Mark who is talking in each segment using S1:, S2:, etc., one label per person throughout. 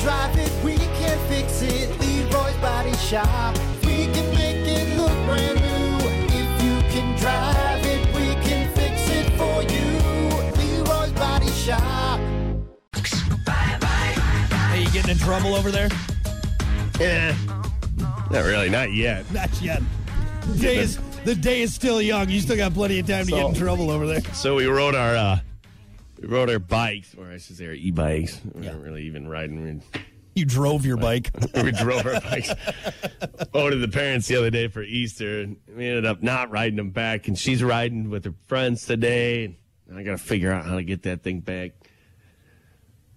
S1: drive it, we can fix it. Leroy's Body Shop. We can make it look brand new. If you can drive it, we can fix it for you. Leroy's Body Shop.
S2: Hey, you getting in trouble over there?
S3: Eh, not really, not yet.
S2: Not yet. Day is, the day is still young. You still got plenty of time to get in
S3: So-
S2: trouble over there.
S3: So we rode our uh, we rode our bikes, or I should say our e-bikes. We weren't really even riding.
S2: You drove your bike.
S3: We, we drove our bikes. Voted the parents the other day for Easter, and we ended up not riding them back. And she's riding with her friends today. And I got to figure out how to get that thing back.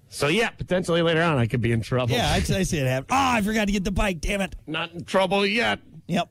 S3: So yeah, potentially later on I could be in trouble.
S2: Yeah, I, I see it happen. Oh, I forgot to get the bike. Damn it.
S3: not in trouble yet.
S2: Yep.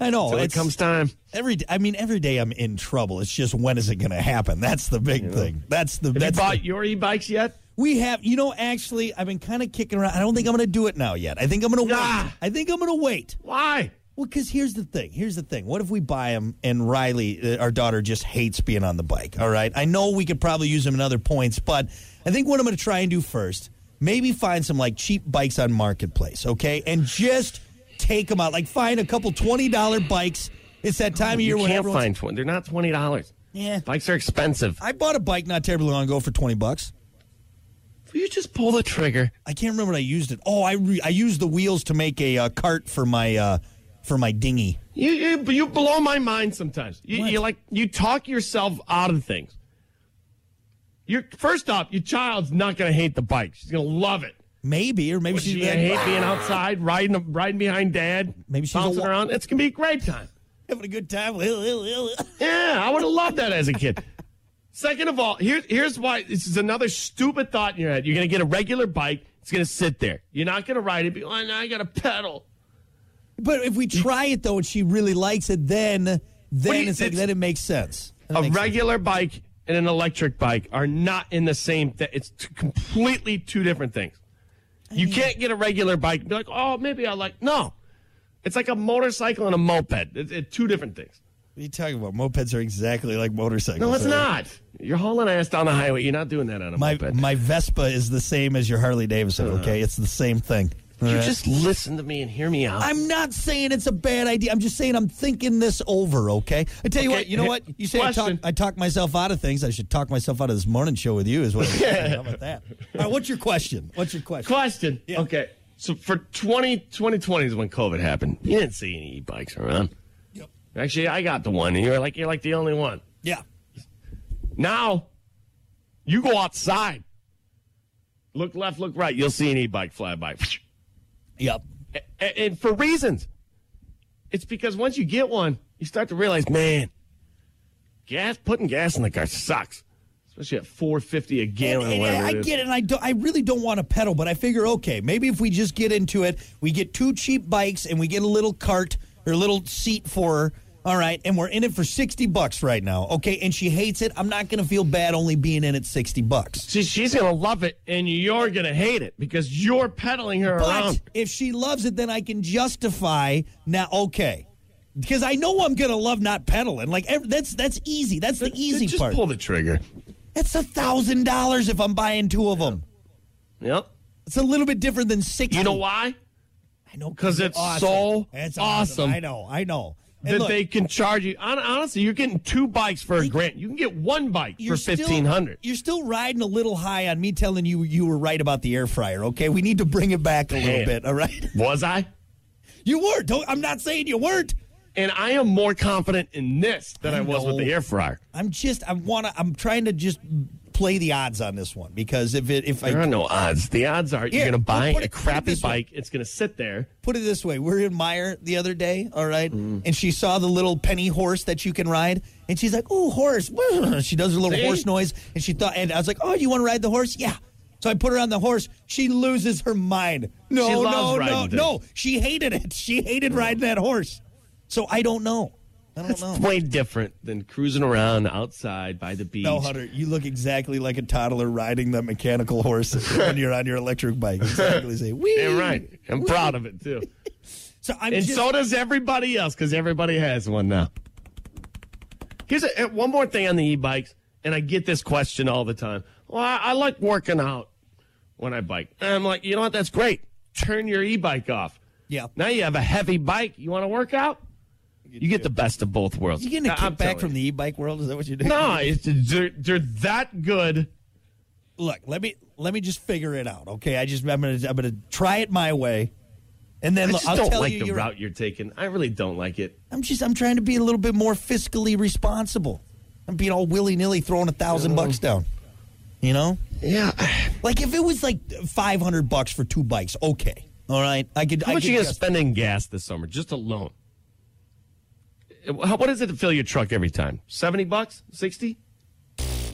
S2: I know.
S3: Till it
S2: it's-
S3: comes time.
S2: Every d- I mean, every day I'm in trouble. It's just when is it going to happen? That's the big thing. That's the
S3: Have you
S2: that's the-
S3: bought your e-bikes yet?
S2: we have. You know, actually, I've been kind of kicking around. I don't think I'm going to do it now yet. I think I'm going to
S3: Nah.
S2: wait. I think I'm going to wait.
S3: Why?
S2: Well, because here's the thing. Here's the thing. What if we buy him and Riley, uh, our daughter, just hates being on the bike? All right. I know we could probably use him in other points, but I think what I'm going to try and do first, maybe find some like cheap bikes on Marketplace, okay? And just take them out. Like find a couple $20 bikes. It's that time of year
S3: You
S2: when
S3: can't
S2: everyone's.
S3: find twenty. They're not twenty dollars.
S2: Yeah.
S3: bikes are expensive.
S2: I bought a bike not terribly long ago for 20 bucks.
S3: Will you just pull the trigger?
S2: I can't remember what I used it. Oh, I re- I used the wheels to make a uh, cart for my uh, for my dinghy.
S3: You, you, you blow my mind sometimes. You,
S2: What?
S3: you like you talk yourself out of things. You're first off, your child's not gonna hate the bike. She's gonna love it.
S2: Maybe or maybe
S3: She's
S2: she's
S3: gonna hate being outside, riding riding behind dad,
S2: Maybe she's a
S3: bouncing
S2: wa-
S3: around. It's gonna be a great time.
S2: having a good time. Why
S3: Yeah, I would have loved that as a kid. Second of all, here, here's why this is another stupid thought in your head. You're going to get a regular bike, it's going to sit there. You're not going to ride it. be, Oh, now I got to pedal.
S2: But if we try it though, and she really likes it, then
S3: do
S2: then
S3: you-
S2: it's like
S3: it's-
S2: then it makes sense. Then it
S3: A
S2: makes sense.
S3: regular bike and an electric bike are not in the same thing. It's t- completely two different things. You can't get a regular bike and be like, oh, maybe I like. No. It's like a motorcycle and a moped. It's, it's two different things.
S2: What are you talking about? Mopeds are exactly like motorcycles.
S3: No, it's
S2: right?
S3: not. You're hauling ass down the highway. You're not doing that on a
S2: My
S3: moped. Uh-huh.
S2: my Vespa is the same as your Harley Davidson. Okay, it's the same thing.
S3: you
S2: Alright?
S3: just listen to me and hear me out.
S2: I'm not saying it's a bad idea. I'm just saying I'm thinking this over, okay? I tell you
S3: Okay,
S2: what, you know what? You say I talk,
S3: question.
S2: I talk myself out of things. I should talk myself out of this morning show with you, is what I'm saying. How about that? All right, what's your question? What's your question?
S3: Question. Okay. So for 20, 2020 is when COVID happened. You didn't see any e-bikes around.
S2: Yep.
S3: Actually, I got the one. And you're like, you're like the only one.
S2: Yeah.
S3: Now, you go outside. Look left, look right. You'll see an e-bike fly by.
S2: Yep.
S3: and, and for reasons. It's because once you get one, you start to realize, man, gas putting gas in the car sucks. Especially at 450 a
S2: And-
S3: gallon.
S2: and
S3: or whatever
S2: I
S3: it is.
S2: get it, and I don't. I really don't want to pedal, but I figure, okay, maybe if we just get into it, we get two cheap bikes and we get a little cart or a little seat for her. All right, and we're in it for sixty bucks right now. Okay, and she hates it. I'm not going to feel bad only being in it sixty bucks.
S3: See, she's gonna love it, and you're gonna hate it because you're peddling her
S2: But
S3: around.
S2: if she loves it, then I can justify now. Okay, because I know I'm gonna love not pedaling. Like ev- that's that's easy. That's the easy
S3: Just
S2: part.
S3: pull the trigger.
S2: It's a thousand dollars if I'm buying two of them.
S3: Yep.
S2: It's a little bit different than sixty.
S3: You know why?
S2: I know
S3: 'Cause it's so
S2: It's
S3: awesome.
S2: I know. I know. And
S3: That
S2: look,
S3: they can charge you. hon- Honestly, you're getting two bikes for a grand. You can get one bike for
S2: you're still-
S3: fifteen hundred.
S2: You're still riding a little high on me telling you you were right about the air fryer. Okay, we need to bring it back a little
S3: Man.
S2: bit. All right,
S3: Was I?
S2: you were. Don't, I'm not saying you weren't.
S3: And I am more confident in this than I, was with
S2: know.
S3: the air fryer.
S2: I'm just I want to I'm trying to just play the odds on this one because if it if
S3: There are
S2: I
S3: no odds. The odds are
S2: Yeah,
S3: you're gonna buy
S2: put it-
S3: a
S2: put it
S3: crappy
S2: this way.
S3: bike. It's gonna sit there.
S2: put it this way, we're in Meyer the other day, all right? And she saw the little penny horse that you can ride and she's like, "Oh, horse." She does her little
S3: See?
S2: horse noise and she thought and I was like, "Oh, you want to ride the horse?" Yeah. So I put her on the horse. She loses her mind. No,
S3: She loves
S2: no, no,
S3: riding things.
S2: no. She hated it. She hated riding that horse. So I don't know. I don't know.
S3: It's way different than cruising around outside by the beach.
S2: No, Hunter, you look exactly like a toddler riding that mechanical horse when you're on your electric bike. Exactly. Say, Wee.
S3: Damn right. I'm proud of it too.
S2: So I'm
S3: And
S2: just,
S3: so does everybody else because everybody has one now. Here's a, uh, one more thing on the e bikes, and I get this question all the time. Well, I, I like working out. when I bike. And I'm like, you know what? That's great. Turn your e bike off.
S2: Yeah.
S3: Now you have a heavy bike. You want to work out? You get the best of both worlds.
S2: You getting a
S3: I- I'm
S2: kickback
S3: telling
S2: from
S3: you.
S2: the e-bike world? Is that what you're doing?
S3: No, it's, they're, they're that good.
S2: Look, let me let me just figure it out. Okay, I just I'm gonna I'm gonna try it my way, and then
S3: I
S2: look,
S3: just
S2: I'll
S3: don't
S2: tell
S3: like
S2: you
S3: the
S2: you're-
S3: route you're taking. I really don't like it.
S2: I'm just I'm trying to be a little bit more fiscally responsible. I'm being all willy nilly throwing a thousand bucks down. You know,
S3: Yeah.
S2: like if it was like five hundred bucks for two bikes, okay, all right, I could.
S3: How
S2: I
S3: much
S2: could
S3: you going to
S2: guess-
S3: spend in gas this summer, just alone? Uh, how- What is it to fill your truck every time? 70 bucks? 60?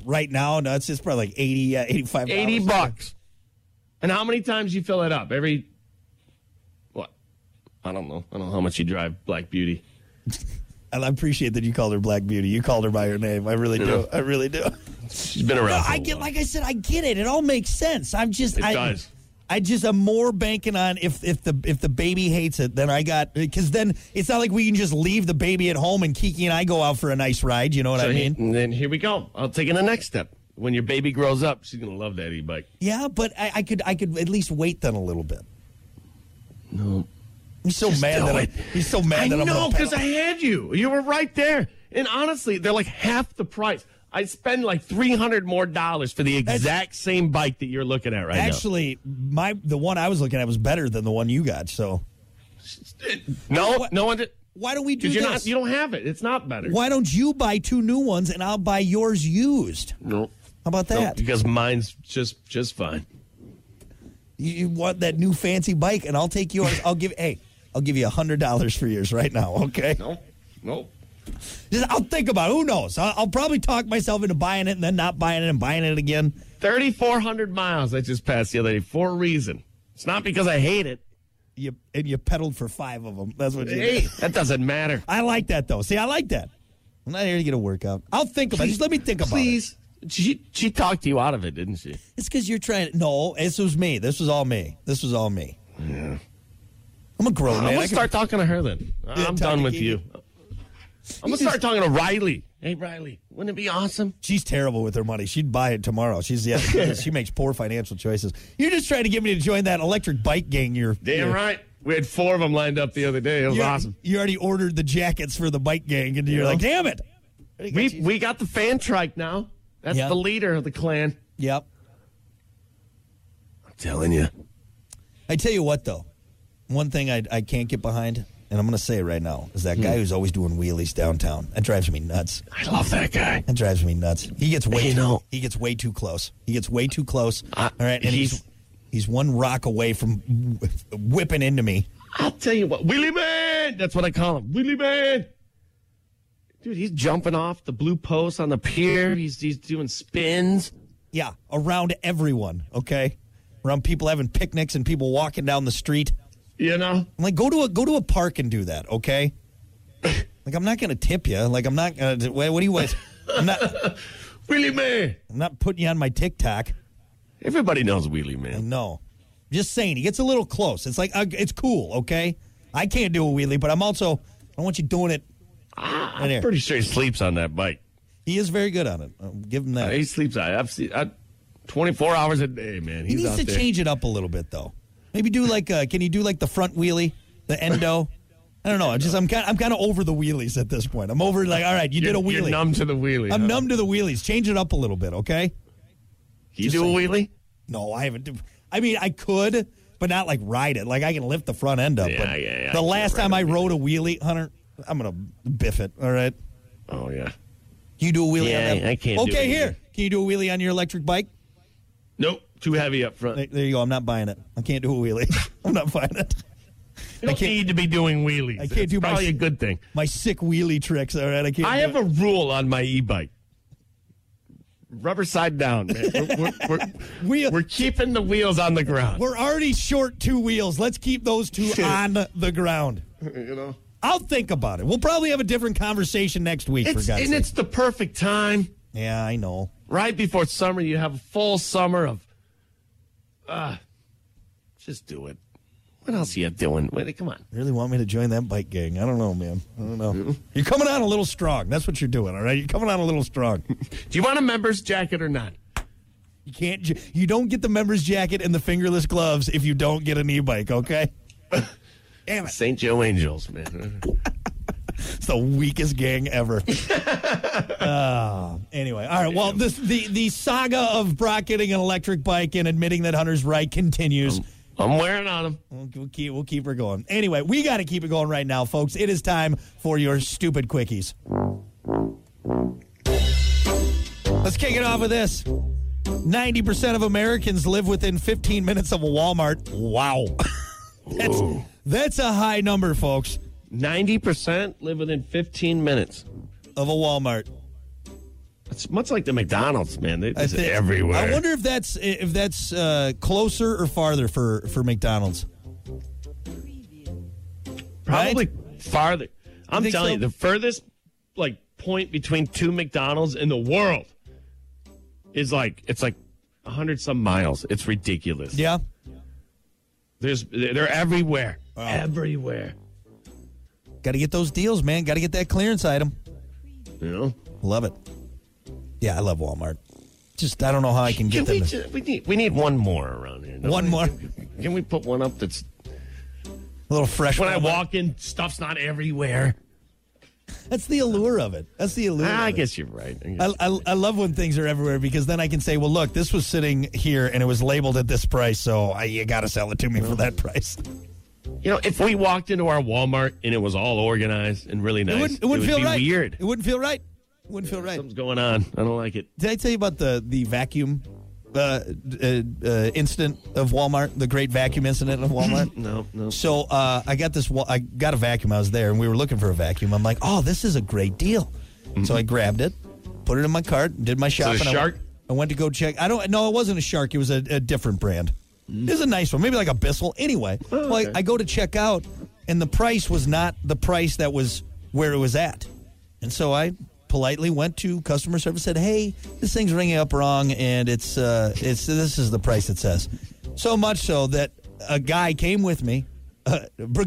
S2: right now? No, it's just probably like 80, uh, 85
S3: 80
S2: dollars.
S3: bucks. And how many times you fill it up? Every what? I don't know. I don't know how much you drive Black Beauty.
S2: And I appreciate that you called her Black Beauty. You called her by her name. I really do. I really do.
S3: She's been around.
S2: No,
S3: for a
S2: I get,
S3: while.
S2: like I said, I get it. It all makes sense. I'm just,
S3: It
S2: I,
S3: does.
S2: I just am more banking on if if the if the baby hates it, then I got because then it's not like we can just leave the baby at home and Kiki and I go out for a nice ride. You know what
S3: So
S2: I
S3: he-
S2: mean?
S3: and then here we go. I'll take it the next step. When your baby grows up, she's gonna love that e-bike.
S2: yeah, but I, I could I could at least wait then a little bit.
S3: No,
S2: He's so
S3: Just
S2: mad
S3: do
S2: that I,
S3: it.
S2: he's so mad
S3: I
S2: that I'm
S3: know
S2: gonna
S3: because I
S2: pedal.
S3: had you. You were right there. And honestly, they're like half the price. I spend like three hundred more dollars for the exact same bike that you're looking at right
S2: actually my the one I was looking at was better than the one you got. So
S3: now. No,
S2: What-
S3: no one.
S2: why don't we do
S3: Because
S2: this?
S3: you're not. You don't have it. It's not better.
S2: why don't you buy two new ones and I'll buy yours used?
S3: No.
S2: How about
S3: No,
S2: that?
S3: because mine's just just fine.
S2: You, you want that new fancy bike, and I'll take yours. I'll give hey, I'll give you a hundred dollars for yours right now. Okay,
S3: No, no.
S2: Just- I'll think about. It. Who knows? I'll, I'll probably talk myself into buying it, and then not buying it, and buying it again.
S3: Thirty four hundred miles I just passed the other day for a reason. It's not because I hate it.
S2: You and you pedaled for five of them. That's what you.
S3: Hey, that doesn't matter.
S2: I like that though. See, I like that. I'm not here to get a workout. I'll think about. it. Just let me think about it.
S3: Please. She she talked you out of it, didn't she?
S2: It's because you're trying. No, this was me. This was all me. This was all me. Yeah. I'm a grown
S3: I'm
S2: man. I
S3: gonna
S2: can-
S3: start talking to her then. I'm
S2: talk
S3: done
S2: to
S3: with
S2: Katie.
S3: you. I'm gonna start talking to Riley. Hey Riley, wouldn't it be awesome?
S2: She's terrible with her money. She'd buy it tomorrow. She's yeah. she makes poor financial choices. You're just trying to get me to join that electric bike gang. You're
S3: Damn
S2: you're-
S3: right. We had four of them lined up the other day. It was
S2: you-
S3: awesome.
S2: You already ordered the jackets for the bike gang, and you're like, damn it.
S3: We we got the fan trike now. That's
S2: Yeah.
S3: the leader of the clan.
S2: Yep.
S3: I'm telling you.
S2: I tell you what, though, one thing I I can't get behind, and I'm going to say it right now, is that guy who's always doing wheelies downtown. That drives me nuts.
S3: I love that guy.
S2: That drives me nuts. He gets way
S3: You
S2: too,
S3: know-
S2: he gets way too close. He gets way too close.
S3: I-
S2: All right, and he's
S3: he's-
S2: he's one rock away from wh- whipping into me.
S3: I'll tell you what, Willie Man. That's what I call him, Willie Man. Dude, he's jumping off the blue post on the pier. He's he's doing spins.
S2: Yeah, around everyone, okay? Around people having picnics and people walking down the street.
S3: You know,
S2: I'm like, go to a go to a park and do that, okay? like I'm not gonna tip you. Like I'm not gonna. What what do you want? I'm not.
S3: Willie Man.
S2: I'm not putting you on my TikTok.
S3: Everybody knows Willie Man.
S2: No, just saying. He gets a little close. It's like uh, it's cool, okay? I can't do a wheelie, but I'm also. I don't want you doing it. in
S3: Ah, I'm
S2: here.
S3: pretty sure he sleeps on that bike.
S2: He is very good on it. I'll give him that.
S3: Uh, He sleeps. I, I've seen I, 24 hours a day, man.
S2: he
S3: He's
S2: needs
S3: out
S2: to
S3: there.
S2: change it up a little bit, though. Maybe do like. Uh, can you do like the front wheelie, the endo? I don't know. I'm just I'm kind I'm kind of over the wheelies at this point. I'm over like all right, you
S3: You're,
S2: did a
S3: you're
S2: wheelie.
S3: numb to the wheelie.
S2: I'm
S3: huh?
S2: numb to the wheelies. Change it up a little bit, okay?
S3: You do a wheelie?
S2: No, I haven't. I mean, I could, but not like ride it. Like I can lift the front end up.
S3: Yeah,
S2: but
S3: yeah, yeah, I
S2: the
S3: can't
S2: last
S3: ride
S2: time
S3: a
S2: I
S3: wheelie.
S2: rode a wheelie, Hunter, I'm gonna biff it. All right,
S3: Oh yeah.
S2: you do a wheelie.
S3: Yeah,
S2: on that.
S3: I can't do
S2: Okay,
S3: it
S2: here,
S3: either.
S2: can you do a wheelie on your electric bike?
S3: Nope. Too heavy up front.
S2: There, there you go. I'm not buying it. I can't do a wheelie. I'm not buying it.
S3: You don't
S2: can't-
S3: need to be doing wheelies.
S2: I can't
S3: It's
S2: do my-
S3: probably a good thing.
S2: My sick wheelie tricks. All right, I can't.
S3: I
S2: do
S3: have
S2: it.
S3: a rule on my e-bike. Rubber side down, man. We're, we're, we're,
S2: Wheel-
S3: we're keeping the wheels on the ground.
S2: We're already short two wheels. Let's keep those two on the ground.
S3: you know,
S2: I'll think about it. We'll probably have a different conversation next week.
S3: it's,
S2: for God's
S3: and
S2: sake.
S3: it's the perfect time.
S2: Yeah, I know.
S3: Right before summer, you have a full summer of, uh, just do it. What else are you doing? Wait, come on.
S2: really want me to join that bike gang. I don't know, man. I don't know. You're coming on a little strong. That's what you're doing, all right? You're coming on a little strong.
S3: Do you want a member's jacket or not?
S2: You can't. j- You don't get the members jacket and the fingerless gloves if you don't get an e-bike. Okay. Damn it!
S3: St. Joe Angels, man.
S2: It's the weakest gang ever. Oh, anyway, all right. Well, this the the saga of Brock getting an electric bike and admitting that Hunter's right continues.
S3: I'm wearing on them.
S2: We'll, we'll keep we'll keep her going. Anyway, we got to keep it going right now, folks. It is time for your stupid quickies. Let's kick it off with this. 90% of Americans live within 15 minutes of a Walmart. Wow. that's, that's a high number, folks,
S3: 90% live within 15 minutes.
S2: of a Walmart.
S3: It's much like the McDonald's, man. They, it's
S2: thi-
S3: everywhere.
S2: I wonder if that's if that's uh, closer or farther for for McDonald's.
S3: Probably farther. I'm
S2: think
S3: telling
S2: so?
S3: you, the furthest like point between two McDonald's in the world is like it's like a hundred some miles. It's ridiculous.
S2: Yeah.
S3: There's they're everywhere. Everywhere.
S2: Got to get those deals, man. Got to get that clearance item.
S3: You know?
S2: Love it. Yeah, I love Walmart. Just I don't know how I can get
S3: Can we,
S2: them. to-
S3: ju- we need we need one more around here. don't
S2: One
S3: we?
S2: more.
S3: Can we put one up that's
S2: a little fresh.
S3: when I
S2: Walmart.
S3: walk in, stuff's not everywhere.
S2: that's the allure of it. That's the allure.
S3: Ah, I
S2: of it.
S3: guess you're right. I guess-
S2: I, I, I love when things are everywhere because then I can say, well, look, this was sitting here and it was labeled at this price, so I, you got to sell it to me for that price.
S3: you know, if we walked into our Walmart and it was all organized and really nice,
S2: It wouldn't, it wouldn't
S3: would
S2: feel
S3: be
S2: right.
S3: weird.
S2: It wouldn't feel right. It wouldn't feel right.
S3: Something's going on. I don't like it.
S2: Did I tell you about the the vacuum uh, d- uh, uh, incident of Walmart? The great vacuum incident of Walmart.
S3: No, no.
S2: So uh, I got this. wa- I got a vacuum. I was there, and we were looking for a vacuum. I'm like, oh, this is a great deal. So I grabbed it, put it in my cart, did my shopping.
S3: Mm-hmm. a
S2: I went-
S3: shark?
S2: I went to go check. I don't. No, it wasn't a shark. It was a, a different brand.
S3: Mm.
S2: It was a nice one, maybe like a Bissell. Anyway,
S3: Oh,
S2: well, I, I go to check out, and the price was not the price that was where it was at. And so I politely went to customer service, said, "Hey, this thing's ringing up wrong, and it's uh, it's this is the price it says." So much so that a guy came with me, uh,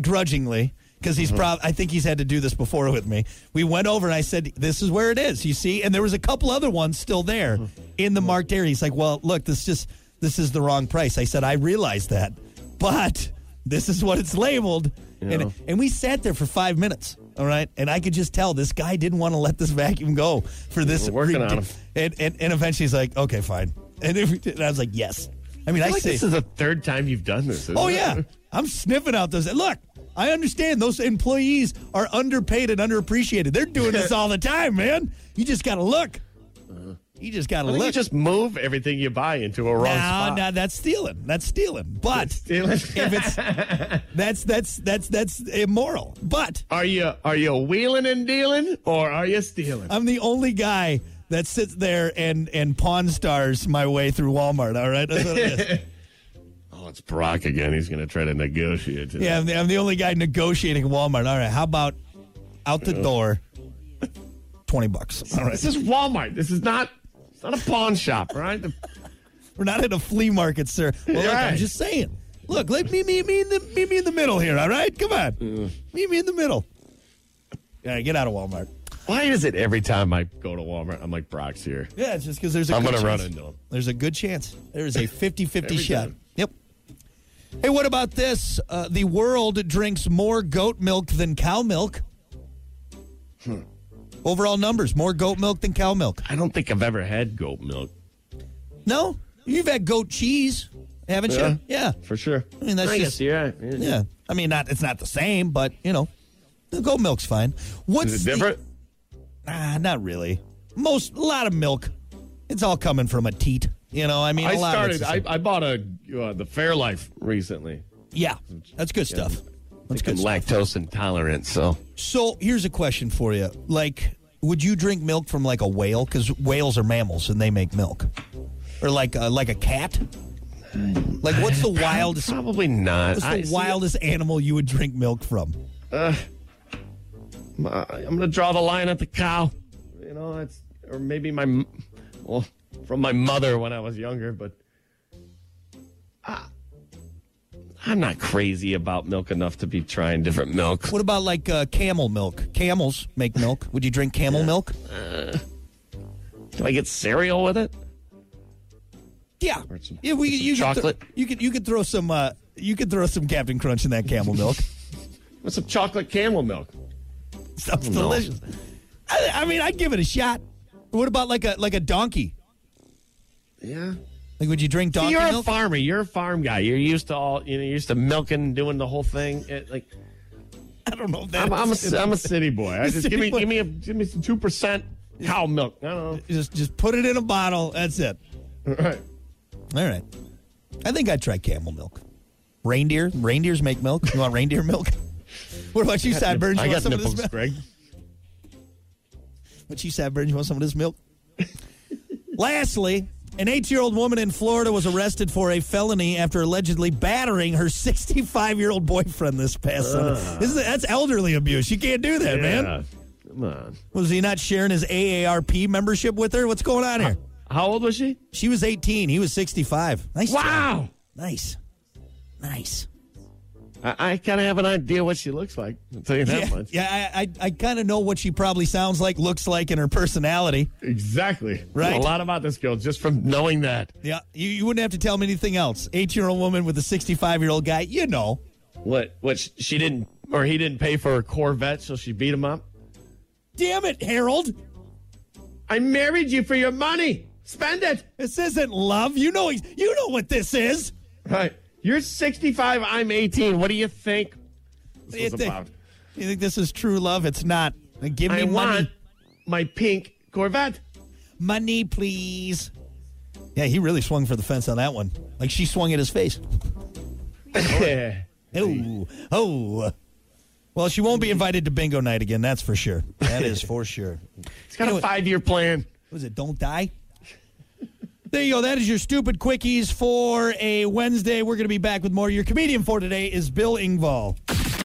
S2: begrudgingly. Because he's prob I think he's had to do this before with me. We went over and I said, "This is where it is." You see, and there was a couple other ones still there in the marked area. He's like, "Well, look, this just this is the wrong price." I said, "I realize that, but this is what it's labeled."
S3: Yeah.
S2: And and we sat there for five minutes. All right, and I could just tell this guy didn't want to let this vacuum go for this.
S3: We're working on him.
S2: And, and and eventually he's like, "Okay, fine." And, if we did- and I was like, "Yes." I mean, I,
S3: I feel like
S2: say,
S3: this is the third time you've done this. isn't
S2: Oh
S3: it?
S2: yeah, I'm sniffing out those. Look, I understand those employees are underpaid and underappreciated. They're doing this all the time, man. You just gotta look. You just gotta
S3: Uh-huh. I think
S2: look.
S3: you just move everything you buy into a wrong
S2: no,
S3: spot.
S2: no, that's stealing. That's stealing. But
S3: Stealing.
S2: if it's that's that's that's that's immoral. But
S3: Are you are you wheeling and dealing or are you stealing?
S2: I'm the only guy that sits there and and pawn stars my way through Walmart. All right, that's what it is.
S3: oh, it's Brock again. He's going to try to negotiate. Today.
S2: Yeah, I'm the, I'm the only guy negotiating Walmart. All right, how about out the door, twenty bucks. All right.
S3: This is Walmart. This is not. It's not a pawn shop, right? The-
S2: We're not at a flea market, sir. Well, look, I'm
S3: Right.
S2: just saying. Look, let me meet me in the meet me in the middle here. All right, come on, meet me in the middle. All right, get out of Walmart.
S3: Why is it every time I go to Walmart, I'm like Brock's here?
S2: Yeah, it's just because there's a
S3: I'm
S2: good
S3: going to
S2: chance.
S3: run into him.
S2: There's a good chance. There is a 50 50
S3: Every
S2: shot.
S3: time.
S2: Yep. Hey, what about this? Uh, the world drinks more goat milk than cow milk.
S3: Hmm.
S2: Overall numbers more goat milk than cow milk.
S3: I don't think I've ever had goat milk
S2: No? You've had goat cheese, haven't
S3: Yeah.
S2: you? Yeah.
S3: for sure. I
S2: mean, that's
S3: I
S2: just-
S3: guess you're right. Yeah.
S2: Yeah. I mean, not it's not the same, but you know, the goat milk's fine. What's
S3: Is it
S2: the-
S3: different?
S2: ah, not really. Most a lot of milk. It's all coming from a teat. You know, I mean, a
S3: I
S2: lot of it's
S3: started.
S2: the
S3: I,
S2: same.
S3: I bought a uh, the Fairlife recently.
S2: yeah, that's good stuff. That's
S3: I'm
S2: good. Stuff.
S3: lactose intolerant, so
S2: So here's a question for you: Like, would you drink milk from like a whale? Because whales are mammals and they make milk. Or like a, like a cat. Like, what's the wildest?
S3: probably not.
S2: What's
S3: I-
S2: the
S3: see,
S2: wildest animal you would drink milk from?
S3: I- I'm gonna draw the line at the cow. You know, it's or maybe my m- well from my mother when I was younger, but I, I'm not crazy about milk enough to be trying different milks.
S2: What about like uh, camel milk? Camels make milk. Would you drink camel milk?
S3: Do I get cereal with it?
S2: Yeah,
S3: Or some-
S2: yeah. We
S3: some
S2: you
S3: chocolate?
S2: Could th- you could you could throw some uh, you could throw some Captain Crunch in that camel milk.
S3: What's some chocolate camel milk?
S2: Stuff's
S3: No.
S2: delicious. I, I mean, I'd give it a shot. What about like a like a donkey?
S3: Yeah.
S2: Like, would you drink donkey
S3: You're a
S2: milk?
S3: farmer. You're a farm guy. You're used to all. You know, you're used to milking, and doing the whole thing. It, like
S2: I don't know. If that
S3: I'm, I'm a
S2: is-
S3: I'm a city boy. I just
S2: City
S3: give me
S2: boy.
S3: give me a, give me some two percent cow milk. I don't
S2: just just put it in a bottle. That's it.
S3: know. All right.
S2: All right. I think I'd try camel milk. Reindeer. Reindeers make milk. You want reindeer milk? What about you, sideburns? You
S3: I
S2: want
S3: got
S2: some of
S3: nipples,
S2: this milk?
S3: Greg.
S2: What you sideburns? You want some of this milk? Lastly, an eight-year-old woman in Florida was arrested for a felony after allegedly battering her 65-year-old boyfriend this past Sunday. This is, that's elderly abuse. You can't do that, man.
S3: Come on.
S2: Was he not sharing his AARP membership with her? What's going on here?
S3: How old was she?
S2: She was 18. He was 65. Nice. job.
S3: Wow.
S2: Nice. Nice.
S3: I, I kind of have an idea what she looks like. I'll tell you that
S2: Yeah,
S3: much.
S2: yeah I, I, I kind of know what she probably sounds like, looks like, and her personality.
S3: Exactly.
S2: Right.
S3: A lot about this girl just from knowing that.
S2: Yeah, you, you wouldn't have to tell me anything else. Eight year old woman with a 65 year old guy, you know.
S3: What? What? sh- She didn't, or he didn't pay for her Corvette, so she beat him up.
S2: Damn it, Harold.
S3: I married you for your money. Spend it.
S2: This isn't love. You know he's, you know what this is.
S3: Right. You're 65. I'm 18. What do you think? This
S2: You
S3: was
S2: think,
S3: about.
S2: you think this is true love? It's not. Then Give me
S3: I want
S2: money.
S3: my pink Corvette.
S2: Money, please. Yeah, he really swung for the fence on that one. Like she swung at his face. Oh, oh. Well, she won't be invited to bingo night again, that's for sure. That is for sure.
S3: it's got
S2: Anyway.
S3: a five-year plan.
S2: was it Don't Die? There you go. That is your stupid quickies for a Wednesday. We're going to be back with more. Your comedian for today is Bill Ingvall.